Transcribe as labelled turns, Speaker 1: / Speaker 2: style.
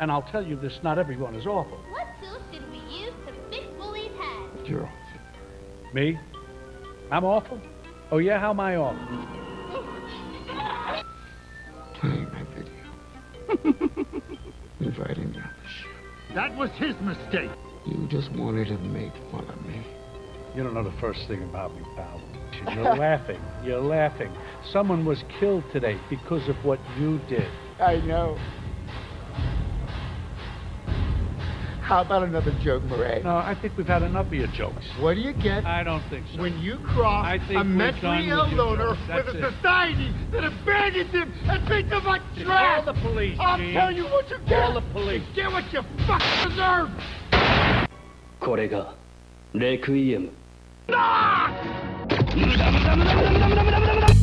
Speaker 1: And I'll tell you this, not everyone is awful.
Speaker 2: What tools did we use to fix Willie's head?
Speaker 1: You're awful. Me? I'm awful? Oh, yeah? How am I awful?
Speaker 3: Playing my video. Inviting me on the show.
Speaker 4: That was his mistake.
Speaker 3: You just wanted to make fun of me.
Speaker 1: You don't know the first thing about me, pal. You're laughing. You're laughing. Someone was killed today because of what you did.
Speaker 3: I know. How about another joke, Murray?
Speaker 1: No, I think we've had enough of your jokes.
Speaker 3: What do you get
Speaker 1: I don't think so.
Speaker 3: when you cross
Speaker 1: I think
Speaker 3: a
Speaker 1: we're
Speaker 3: mentally
Speaker 1: done
Speaker 3: ill
Speaker 1: with you,
Speaker 3: loner
Speaker 1: George.
Speaker 3: with
Speaker 1: That's
Speaker 3: a
Speaker 1: it.
Speaker 3: society that abandons him and treats him like trash?
Speaker 1: Call the police,
Speaker 3: I'll
Speaker 1: Gene.
Speaker 3: tell you what you get.
Speaker 1: Call the police.
Speaker 3: You get what you fucking deserve.
Speaker 5: これがレクイエム
Speaker 3: Ah!
Speaker 5: ムダムダムダムダムダムダムダムダム